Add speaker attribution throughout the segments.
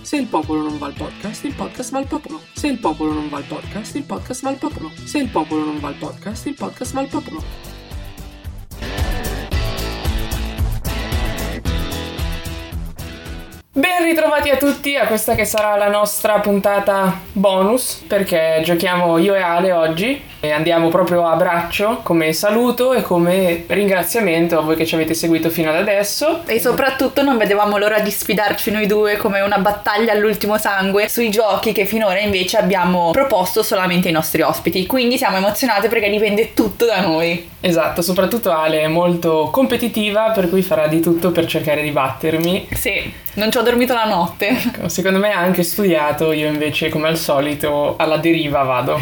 Speaker 1: Se il popolo non va al podcast, il podcast va al popolo. Se il popolo non va al podcast, il podcast va al popolo. Se il popolo non va al podcast, il podcast va al popolo.
Speaker 2: Ben ritrovati a tutti a questa che sarà la nostra puntata bonus perché giochiamo io e Ale oggi e andiamo proprio a braccio come saluto e come ringraziamento a voi che ci avete seguito fino ad adesso.
Speaker 3: E soprattutto non vedevamo l'ora di sfidarci noi due come una battaglia all'ultimo sangue sui giochi che finora invece abbiamo proposto solamente ai nostri ospiti. Quindi siamo emozionate perché dipende tutto da noi.
Speaker 2: Esatto, soprattutto Ale è molto competitiva per cui farà di tutto per cercare di battermi.
Speaker 3: Sì, non ci ho dormito la notte.
Speaker 2: Ecco, Secondo me ha anche studiato, io invece come al solito alla deriva vado.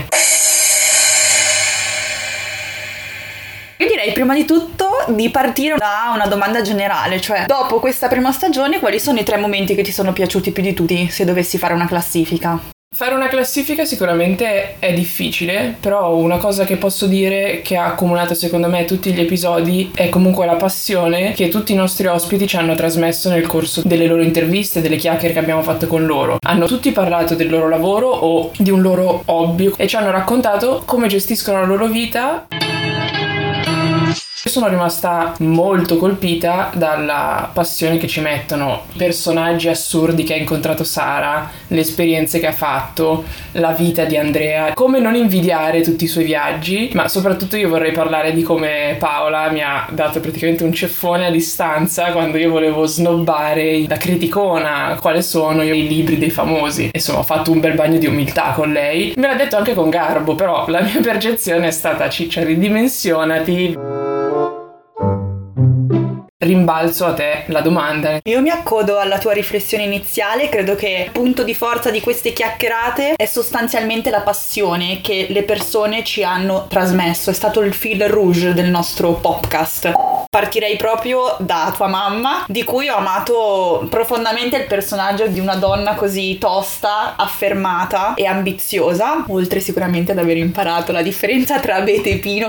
Speaker 3: Io direi prima di tutto di partire da una domanda generale, cioè dopo questa prima stagione quali sono i tre momenti che ti sono piaciuti più di tutti se dovessi fare una classifica?
Speaker 2: Fare una classifica sicuramente è difficile, però una cosa che posso dire che ha accomunato secondo me tutti gli episodi è comunque la passione che tutti i nostri ospiti ci hanno trasmesso nel corso delle loro interviste, delle chiacchiere che abbiamo fatto con loro. Hanno tutti parlato del loro lavoro o di un loro hobby e ci hanno raccontato come gestiscono la loro vita. Sono rimasta molto colpita dalla passione che ci mettono, personaggi assurdi che ha incontrato Sara, le esperienze che ha fatto, la vita di Andrea, come non invidiare tutti i suoi viaggi, ma soprattutto io vorrei parlare di come Paola mi ha dato praticamente un ceffone a distanza quando io volevo snobbare da criticona quali sono i libri dei famosi. Insomma, ho fatto un bel bagno di umiltà con lei. Me l'ha detto anche con garbo, però la mia percezione è stata ciccia ridimensionati. Rimbalzo a te la domanda.
Speaker 3: Io mi accodo alla tua riflessione iniziale, credo che il punto di forza di queste chiacchierate è sostanzialmente la passione che le persone ci hanno trasmesso, è stato il fil rouge del nostro podcast. Partirei proprio da tua mamma, di cui ho amato profondamente il personaggio di una donna così tosta, affermata e ambiziosa, oltre sicuramente ad aver imparato la differenza tra abete e pino.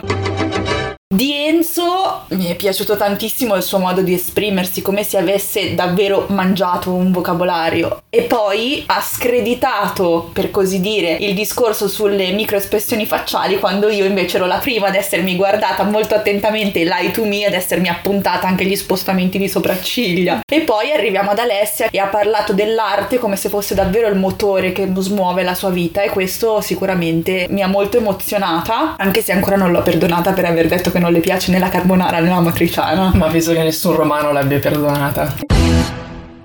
Speaker 3: Di Enzo mi è piaciuto tantissimo il suo modo di esprimersi, come se avesse davvero mangiato un vocabolario. E poi ha screditato, per così dire, il discorso sulle microespressioni facciali quando io invece ero la prima ad essermi guardata molto attentamente l'eye to me, ad essermi appuntata anche gli spostamenti di sopracciglia. E poi arriviamo ad Alessia e ha parlato dell'arte come se fosse davvero il motore che smuove la sua vita e questo sicuramente mi ha molto emozionata, anche se ancora non l'ho perdonata per aver detto che non le piace né la carbonara né la matriciana.
Speaker 2: Ma penso che nessun romano l'abbia perdonata.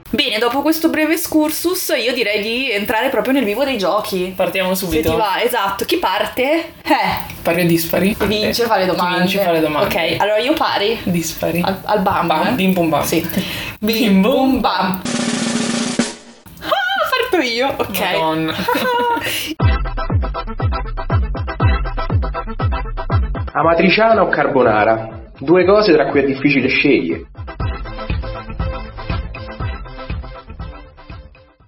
Speaker 3: Bene, dopo questo breve excursus io direi di entrare proprio nel vivo dei giochi.
Speaker 2: Partiamo
Speaker 3: Se ti
Speaker 2: subito.
Speaker 3: va, esatto, chi parte? Eh,
Speaker 2: Pari o dispari?
Speaker 3: vince fa le domande.
Speaker 2: Eh, Vince fa le domande.
Speaker 3: Ok, allora io pari
Speaker 2: Dispari.
Speaker 3: al, al bam. eh?
Speaker 2: Bam, bim bum bam.
Speaker 3: Sì.
Speaker 2: Bim
Speaker 3: bum
Speaker 2: bum
Speaker 3: bam. Ah, parto io, ok.
Speaker 2: Madonna.
Speaker 4: Amatriciana o carbonara? Due cose tra cui è difficile scegliere.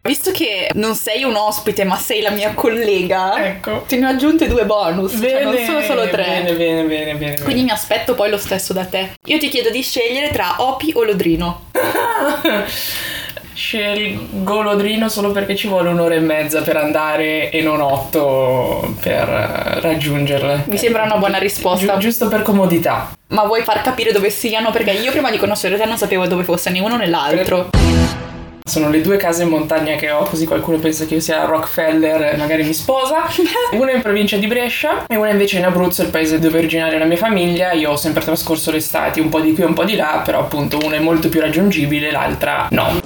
Speaker 3: Visto che non sei un ospite, ma sei la mia collega,
Speaker 2: Ecco.
Speaker 3: te ne ho aggiunte due bonus, cioè non sono solo tre.
Speaker 2: Bene, bene, bene, bene.
Speaker 3: Quindi mi aspetto poi lo stesso da te. Io ti chiedo di scegliere tra Opi o Lodrino.
Speaker 2: Scelgo Lodrino solo perché ci vuole un'ora e mezza per andare e non otto per eh, raggiungerle.
Speaker 3: Mi sembra una buona risposta.
Speaker 2: Giu- giusto per comodità.
Speaker 3: Ma vuoi far capire dove siano? Perché io prima di conoscere te non sapevo dove fosse né uno né l'altro.
Speaker 2: Sono le due case in montagna che ho, così qualcuno pensa che io sia Rockefeller e magari mi sposa. Una in provincia di Brescia e una invece in Abruzzo, il paese dove è originaria la mia famiglia. Io ho sempre trascorso l'estate un po' di qui e un po' di là, però appunto una è molto più raggiungibile, l'altra no.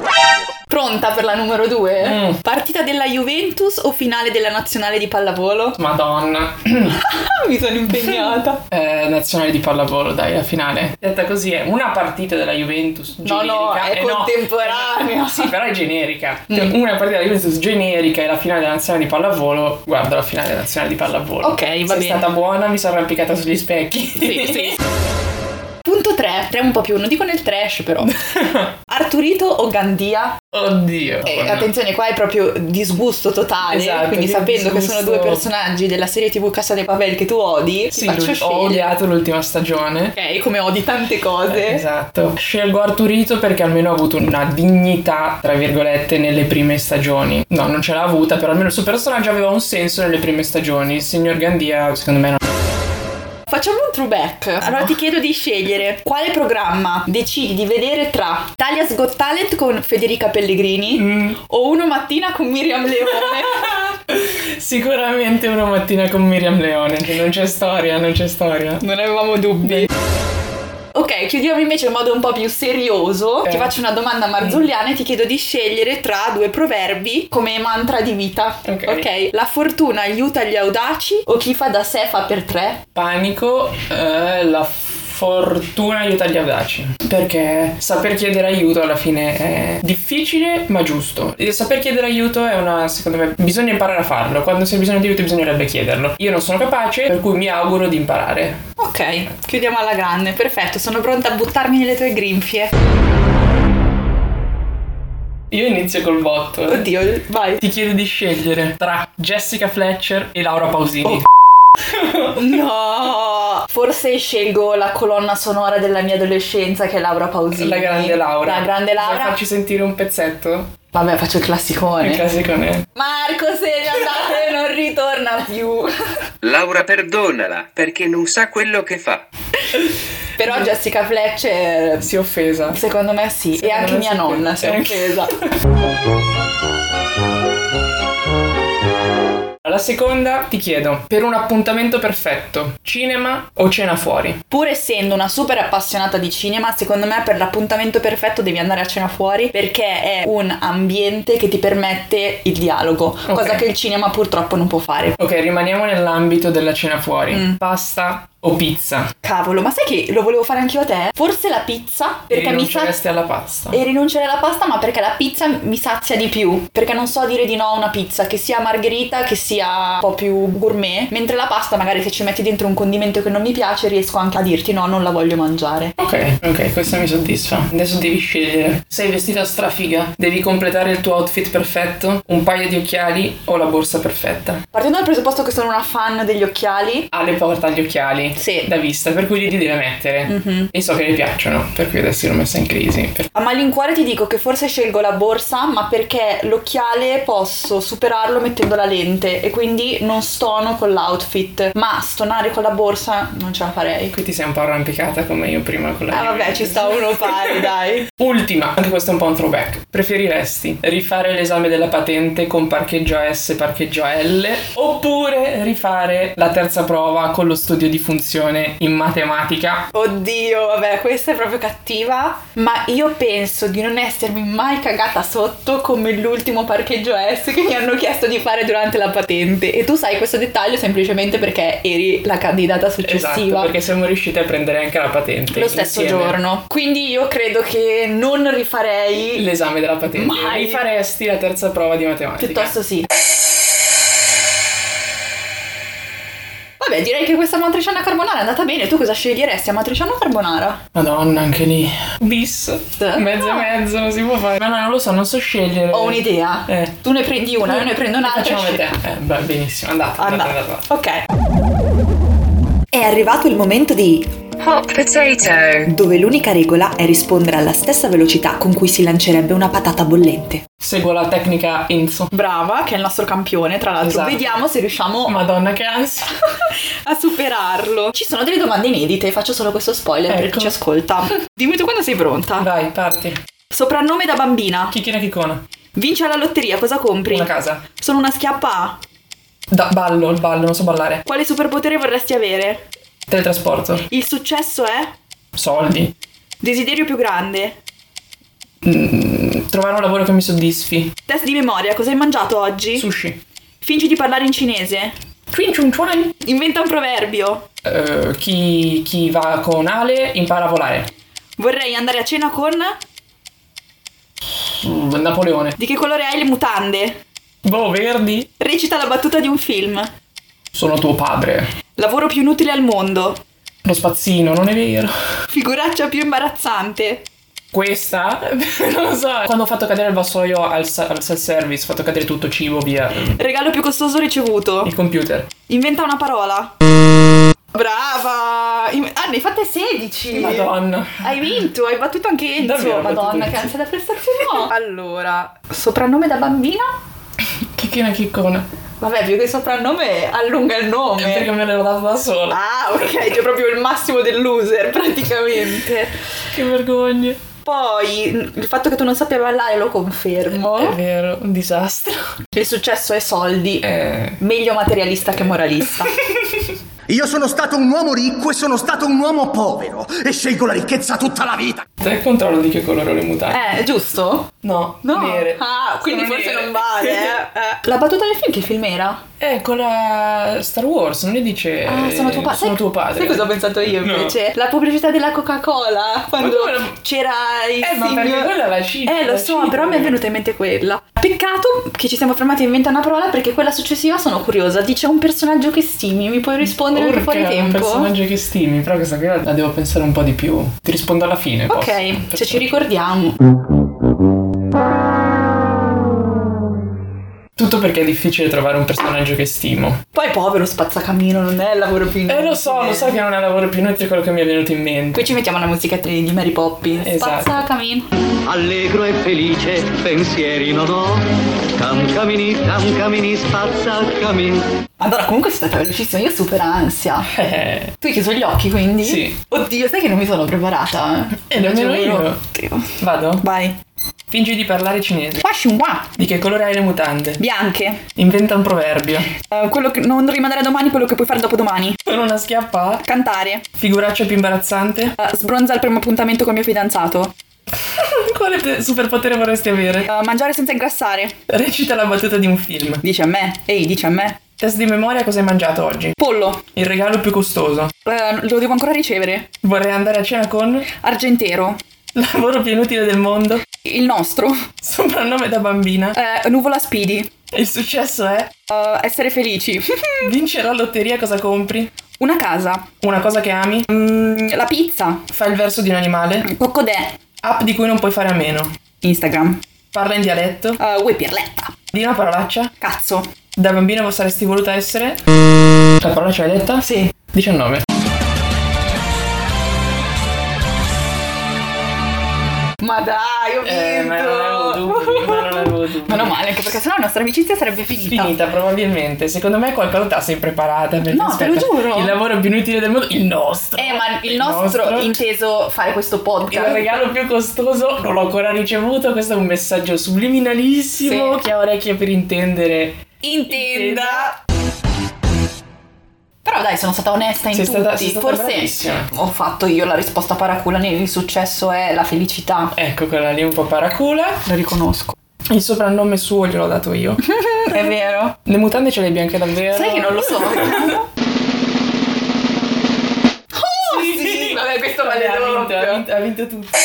Speaker 3: Pronta per la numero 2?
Speaker 2: Mm.
Speaker 3: Partita della Juventus o finale della nazionale di pallavolo?
Speaker 2: Madonna.
Speaker 3: Ah, mi sono impegnata.
Speaker 2: Eh, nazionale di pallavolo, dai, la finale. Detta così è una partita della Juventus
Speaker 3: No,
Speaker 2: generica.
Speaker 3: no, è
Speaker 2: eh, no,
Speaker 3: contemporanea. Mm.
Speaker 2: Sì, però è generica. Cioè, Una partita della Juventus generica e la finale della nazionale di pallavolo. Guarda la finale della nazionale di pallavolo.
Speaker 3: Ok, va
Speaker 2: Sei
Speaker 3: bene.
Speaker 2: stata buona, mi sono arrampicata sugli specchi.
Speaker 3: Sì, sì. Punto 3, 3 un po' più, non dico nel trash però. Arturito o Gandia?
Speaker 2: Oddio.
Speaker 3: Eh,
Speaker 2: Madonna.
Speaker 3: attenzione, qua è proprio disgusto totale.
Speaker 2: Esatto,
Speaker 3: quindi
Speaker 2: che
Speaker 3: sapendo che
Speaker 2: disgusto.
Speaker 3: sono due personaggi della serie TV Casa dei Papel che tu odi, ti
Speaker 2: Sì,
Speaker 3: faccio
Speaker 2: l'ul- ho
Speaker 3: scegliere.
Speaker 2: odiato l'ultima stagione.
Speaker 3: Ok, come odi tante cose.
Speaker 2: Esatto. Scelgo Arturito perché almeno ha avuto una dignità, tra virgolette, nelle prime stagioni. No, non ce l'ha avuta, però almeno il suo personaggio aveva un senso nelle prime stagioni. Il signor Gandia, secondo me, no.
Speaker 3: Facciamo un throwback.
Speaker 2: Ah,
Speaker 3: Allora ti chiedo di scegliere quale programma decidi di vedere tra Italia's Got Talent con Federica Pellegrini
Speaker 2: Mm.
Speaker 3: o Uno Mattina con Miriam Leone.
Speaker 2: Sicuramente una mattina con Miriam Leone, che non c'è storia, non c'è storia.
Speaker 3: non avevamo dubbi. Ok, chiudiamo invece in modo un po' più serioso. Ti
Speaker 2: Eh.
Speaker 3: faccio una domanda marzulliana e ti chiedo di scegliere tra due proverbi come mantra di vita.
Speaker 2: Ok.
Speaker 3: ok, la fortuna aiuta gli audaci o chi fa da sé fa per tre?
Speaker 2: Panico, eh, la fortuna aiuta gli audaci. Perché saper chiedere aiuto alla fine è difficile ma giusto. E saper chiedere aiuto è una, secondo me, bisogna imparare a farlo. Quando si ha bisogno di aiuto bisognerebbe chiederlo. Io non sono capace, per cui mi auguro di imparare.
Speaker 3: Ok, chiudiamo alla grande, perfetto, sono pronta a buttarmi nelle tue grinfie.
Speaker 2: Io inizio col botto.
Speaker 3: Oddio, vai.
Speaker 2: Ti chiedo di scegliere tra Jessica Fletcher e Laura Pausini.
Speaker 3: Oh, No! Forse scelgo la colonna sonora della mia adolescenza che è Laura Pausini.
Speaker 2: La grande Laura.
Speaker 3: La grande
Speaker 2: Vuoi
Speaker 3: Laura.
Speaker 2: farci sentire un pezzetto?
Speaker 3: Vabbè, faccio il classicone.
Speaker 2: Il classico eh. ne.
Speaker 3: Marco, se ne andate non ritorna più.
Speaker 5: Laura perdonala perché non sa quello che fa.
Speaker 3: Però Jessica Fletcher,
Speaker 2: Si è offesa.
Speaker 3: secondo me sì, e
Speaker 2: Secondo
Speaker 3: anche
Speaker 2: me
Speaker 3: mia
Speaker 2: sì.
Speaker 3: nonna si è
Speaker 2: Eh.
Speaker 3: offesa.
Speaker 2: La seconda ti chiedo, per un appuntamento perfetto, cinema o cena fuori?
Speaker 3: Pur essendo una super appassionata di cinema, secondo me per l'appuntamento perfetto devi andare a cena fuori perché è un ambiente che ti permette il dialogo, cosa che il cinema purtroppo non può fare.
Speaker 2: Ok, rimaniamo nell'ambito della cena fuori.
Speaker 3: Mm.
Speaker 2: Pasta o pizza?
Speaker 3: Cavolo, ma sai che lo volevo fare anch'io a te? Forse la pizza, perché mi sa
Speaker 2: Rinunceresti alla pasta.
Speaker 3: e rinunciare alla pasta, ma perché la pizza mi sazia di più, perché non so dire di no a una pizza, che sia margherita, che sia un po' più gourmet, mentre la pasta magari se ci metti dentro un condimento che non mi piace, riesco anche a dirti no, non la voglio mangiare.
Speaker 2: Ok, ok, questa mi soddisfa. Adesso devi scegliere. Sei vestita strafiga, devi completare il tuo outfit perfetto, un paio di occhiali o la borsa perfetta.
Speaker 3: Partendo dal presupposto che sono una fan degli occhiali,
Speaker 2: Ale porta gli occhiali
Speaker 3: Sì.
Speaker 2: da vista, per cui li deve mettere.
Speaker 3: Mm.
Speaker 2: E so che le piacciono, per cui adesso l'ho messa in crisi. Per-
Speaker 3: Mhm. A malincuore ti dico che forse scelgo la borsa, ma perché l'occhiale posso superarlo mettendo la lente e quindi non stono con l'outfit. Ma stonare con la borsa non ce la farei.
Speaker 2: Qui ti sei un po' arrampicata come io prima con la
Speaker 3: Ah vabbè,
Speaker 2: Juventus.
Speaker 3: ci sta uno pari, dai.
Speaker 2: Ultima, anche questo è un po' un throwback. Preferiresti rifare l'esame della patente con parcheggio S, parcheggio L, oppure rifare la terza prova con lo studio di funzione in matematica?
Speaker 3: Oddio, vabbè, questa è proprio cattiva. Ma io penso di non essermi mai cagata sotto come l'ultimo parcheggio S che mi hanno chiesto di fare durante la patente. E tu sai questo dettaglio semplicemente perché eri la candidata successiva.
Speaker 2: Esatto, perché siamo riusciti a prendere anche la patente.
Speaker 3: lo stesso
Speaker 2: insieme.
Speaker 3: giorno. Quindi io credo che non rifarei.
Speaker 2: L'esame della patente.
Speaker 3: Mai.
Speaker 2: Rifaresti la terza prova di matematica?
Speaker 3: Piuttosto sì. Vabbè, direi che questa matriciana carbonara è andata bene. Tu cosa sceglieresti a matriciana o carbonara?
Speaker 2: Madonna, anche lì. Bis. Mezzo e
Speaker 3: Ah.
Speaker 2: mezzo, si può fare. Ma no, non lo so, non so scegliere.
Speaker 3: Ho un'idea.
Speaker 2: Eh.
Speaker 3: Tu ne prendi una, io ne prendo un'altra.
Speaker 2: Facciamo
Speaker 3: e
Speaker 2: vedere. Eh, beh, benissimo, andate,
Speaker 3: scegli-
Speaker 2: andate,
Speaker 3: Andata.
Speaker 2: andate.
Speaker 3: Ok.
Speaker 6: È arrivato il momento di
Speaker 7: Hot potato.
Speaker 6: dove l'unica regola è rispondere alla stessa velocità con cui si lancerebbe una patata bollente.
Speaker 2: Seguo la tecnica Enzo.
Speaker 3: Brava, che è il nostro campione, tra l'altro.
Speaker 2: Esatto.
Speaker 3: Vediamo se riusciamo
Speaker 2: Madonna, che ansia.
Speaker 3: a superarlo. Ci sono delle domande inedite, faccio solo questo spoiler per
Speaker 2: Ecco.
Speaker 3: chi ci ascolta. Dimmi tu quando sei pronta.
Speaker 2: Vai, parti.
Speaker 3: Soprannome da bambina.
Speaker 2: Chichina chicona.
Speaker 3: Vinci alla lotteria, cosa compri?
Speaker 2: Una casa.
Speaker 3: Sono una schiappa A.
Speaker 2: Da, ballo, il ballo, non so ballare.
Speaker 3: Quale superpotere vorresti avere?
Speaker 2: Teletrasporto.
Speaker 3: Il successo è?
Speaker 2: Soldi.
Speaker 3: Desiderio più grande.
Speaker 2: Trovare un lavoro che mi soddisfi.
Speaker 3: Test di memoria, cosa hai mangiato oggi?
Speaker 2: Sushi.
Speaker 3: Fingi di parlare in cinese.
Speaker 2: Chin chun chuan.
Speaker 3: Inventa un proverbio.
Speaker 2: Eh, chi, chi va con Ale impara a volare.
Speaker 3: Vorrei andare a cena con...
Speaker 2: Mm, Napoleone.
Speaker 3: Di che colore hai le mutande?
Speaker 2: Boh, Verdi.
Speaker 3: Recita la battuta di un film.
Speaker 2: Sono tuo padre.
Speaker 3: Lavoro più inutile al mondo.
Speaker 2: Lo spazzino, non è vero.
Speaker 3: Figuraccia più imbarazzante.
Speaker 2: Questa, non lo so. Quando ho fatto cadere il vassoio al, sa- al self-service, ho fatto cadere tutto cibo, via.
Speaker 3: Regalo più costoso ricevuto.
Speaker 2: Il computer.
Speaker 3: Inventa una parola. Brava! In- Ah, ne hai fatte 16!
Speaker 2: Madonna.
Speaker 3: Hai vinto, hai battuto anche Enzo.
Speaker 2: Davvero, ho battuto Enzo.
Speaker 3: ansia da prestazione. allora, soprannome da bambina?
Speaker 2: Chichina chicona.
Speaker 3: Vabbè, più che soprannome allunga il
Speaker 2: Eh, Perché
Speaker 3: nome.
Speaker 2: me l'ero dato da sola.
Speaker 3: Ah, ok, c'è proprio il massimo dell'user praticamente.
Speaker 2: Che vergogna.
Speaker 3: Poi il fatto che tu non sappia ballare lo
Speaker 2: È Oh.
Speaker 3: confermo.
Speaker 2: vero, un disastro.
Speaker 3: Il successo è soldi.
Speaker 2: Eh.
Speaker 3: Meglio materialista che moralista.
Speaker 8: Io sono stato un uomo ricco e sono stato un uomo povero e scelgo la ricchezza tutta la vita.
Speaker 2: Te controllo di che colore ho le mutande.
Speaker 3: eh, giusto?
Speaker 2: No,
Speaker 3: No.
Speaker 2: nere.
Speaker 3: Ah, quindi
Speaker 2: Sono
Speaker 3: forse
Speaker 2: nere.
Speaker 3: non vale. eh. Eh. La battuta del film che film era?
Speaker 2: Eh, con la Star Wars, non le dice...
Speaker 3: Ah, sono tuo, pa-
Speaker 2: Eh, sono
Speaker 3: sai-
Speaker 2: tuo padre.
Speaker 3: Sai cosa ho pensato io
Speaker 2: No.
Speaker 3: invece? La pubblicità della Coca-Cola. Quando
Speaker 2: come-
Speaker 3: c'era il
Speaker 2: Eh, ma
Speaker 3: signor-
Speaker 2: perché quella è la cifra.
Speaker 3: Eh, lo
Speaker 2: la
Speaker 3: so,
Speaker 2: cifra.
Speaker 3: però mi è venuta in mente quella. Peccato che ci siamo fermati a inventare una parola perché quella successiva sono curiosa. Dice un personaggio che stimi, mi puoi rispondere anche
Speaker 2: Urca,
Speaker 3: fuori
Speaker 2: è un
Speaker 3: tempo?
Speaker 2: personaggio che stimi, però questa qui la devo pensare un po' di più. Ti rispondo alla fine.
Speaker 3: Ok,
Speaker 2: posso?
Speaker 3: se
Speaker 2: Perfetto.
Speaker 3: ci ricordiamo.
Speaker 2: Tutto perché è difficile trovare un personaggio che stimo.
Speaker 3: Poi povero spazzacamino, non è il lavoro più
Speaker 2: Eh, lo so, lo so che non è lavoro più inutile quello che mi è venuto in mente.
Speaker 3: Qui ci mettiamo la musichetta di Mary Poppins.
Speaker 2: Esatto.
Speaker 3: Spazzacamino.
Speaker 9: Allegro e felice, pensieri non ho. Camcamini, camcamini, spazzacamini.
Speaker 3: Allora, comunque è stata velocissima, io ho super ansia.
Speaker 2: Eh,
Speaker 3: Tu hai chiuso gli occhi quindi?
Speaker 2: Sì.
Speaker 3: Oddio, sai che non mi sono preparata? eh?
Speaker 2: E nemmeno
Speaker 3: Cioè,
Speaker 2: io.
Speaker 3: Oddio.
Speaker 2: Vado?
Speaker 3: Vai.
Speaker 2: Fingi di parlare cinese.
Speaker 3: Fashion qua.
Speaker 2: Di che colore hai le mutande?
Speaker 3: Bianche.
Speaker 2: Inventa un proverbio.
Speaker 3: Eh, quello che non rimandare a domani quello che puoi fare dopodomani.
Speaker 2: Sono una schiappa?
Speaker 3: Cantare.
Speaker 2: Figuraccia più imbarazzante?
Speaker 3: Eh, sbronza al primo appuntamento con mio fidanzato.
Speaker 2: Quale te- superpotere vorresti avere?
Speaker 3: Eh, mangiare senza ingrassare.
Speaker 2: Recita la battuta di un film.
Speaker 3: Dice a me. Ehi, dice a me.
Speaker 2: Test di memoria cosa hai mangiato oggi?
Speaker 3: Pollo.
Speaker 2: Il regalo più costoso.
Speaker 3: Eh, lo devo ancora ricevere.
Speaker 2: Vorrei andare a cena con
Speaker 3: Argentero.
Speaker 2: lavoro più inutile del mondo.
Speaker 3: Il nostro.
Speaker 2: Soprannome da bambina.
Speaker 3: Eh, nuvola speedy.
Speaker 2: E il successo è
Speaker 3: Eh, essere felici.
Speaker 2: vincere la lotteria cosa compri?
Speaker 3: Una casa.
Speaker 2: Una cosa che ami?
Speaker 3: Mm, la pizza.
Speaker 2: Fai il verso di un animale?
Speaker 3: Coccodè.
Speaker 2: App di cui non puoi fare a meno.
Speaker 3: Instagram.
Speaker 2: Parla in dialetto?
Speaker 3: Eh, Uè pirletta.
Speaker 2: Di una parolaccia?
Speaker 3: Cazzo.
Speaker 2: Da bambina saresti voluta essere? La parolaccia l'hai detta? Sì. 19.
Speaker 3: Ma dai, ho
Speaker 2: Eh, ma non avevo dubbi, ma non avevo dubbi.
Speaker 3: Meno male, anche perché sennò la nostra amicizia sarebbe finita.
Speaker 2: Finita probabilmente. Secondo me qualcosa sei preparata. perché,
Speaker 3: No, te lo
Speaker 2: aspetta,
Speaker 3: giuro.
Speaker 2: Il lavoro più inutile del mondo, il nostro.
Speaker 3: Eh, ma il nostro, inteso fare questo
Speaker 2: Il
Speaker 3: podcast.
Speaker 2: regalo più costoso non l'ho ancora ricevuto. Questo è un messaggio subliminalissimo
Speaker 3: Sì.
Speaker 2: che ha orecchie per intendere.
Speaker 3: Intenda. Però dai, sono stata onesta in
Speaker 2: Sei
Speaker 3: tutti.
Speaker 2: stata- sei stata
Speaker 3: Forse
Speaker 2: bravissima.
Speaker 3: ho fatto io la risposta paracula, nel- il successo è la felicità.
Speaker 2: Ecco quella lì un po' paracula.
Speaker 3: Lo riconosco.
Speaker 2: Il soprannome suo gliel'ho dato io. Mm-hmm.
Speaker 3: È vero.
Speaker 2: Le mutande ce le hai bianche davvero?
Speaker 3: Mhm. Sai che non lo so. oh, sì. Vabbè, questo vale
Speaker 2: ha vinto, ha
Speaker 3: doppio.
Speaker 2: vinto, ha vinto tutto.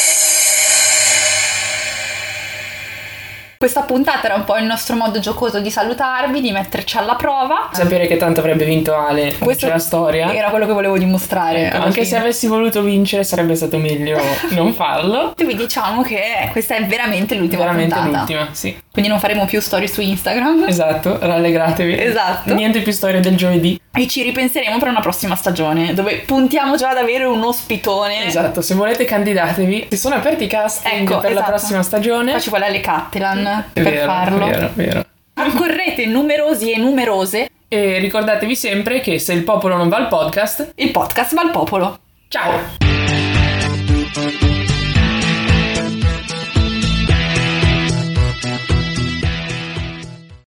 Speaker 3: Questa puntata era un po' il nostro modo giocoso di salutarvi, di metterci alla prova.
Speaker 2: Sapere che tanto avrebbe vinto Ale. Questa è la storia. Eh,
Speaker 3: Era quello che volevo dimostrare. alla
Speaker 2: Anche
Speaker 3: fine.
Speaker 2: se avessi voluto vincere sarebbe stato meglio non farlo.
Speaker 3: Quindi diciamo che questa è veramente l'ultima
Speaker 2: Veramente
Speaker 3: puntata.
Speaker 2: l'ultima, sì.
Speaker 3: Quindi non faremo più storie su Instagram.
Speaker 2: Esatto, rallegratevi.
Speaker 3: Esatto.
Speaker 2: Niente più storie del giovedì.
Speaker 3: E ci ripenseremo per una prossima stagione, dove puntiamo già ad avere un ospitone.
Speaker 2: Esatto, se volete candidatevi. Si sono aperti i casting
Speaker 3: Eh. Ecco,
Speaker 2: per la
Speaker 3: esatto.
Speaker 2: prossima stagione.
Speaker 3: Qua ci vuole Ale Cattelan per
Speaker 2: vero,
Speaker 3: farlo.
Speaker 2: vero, vero.
Speaker 3: Concorrete numerosi e numerose,
Speaker 2: E ricordatevi sempre che se il popolo non va al podcast,
Speaker 3: il podcast va al popolo.
Speaker 2: ciao!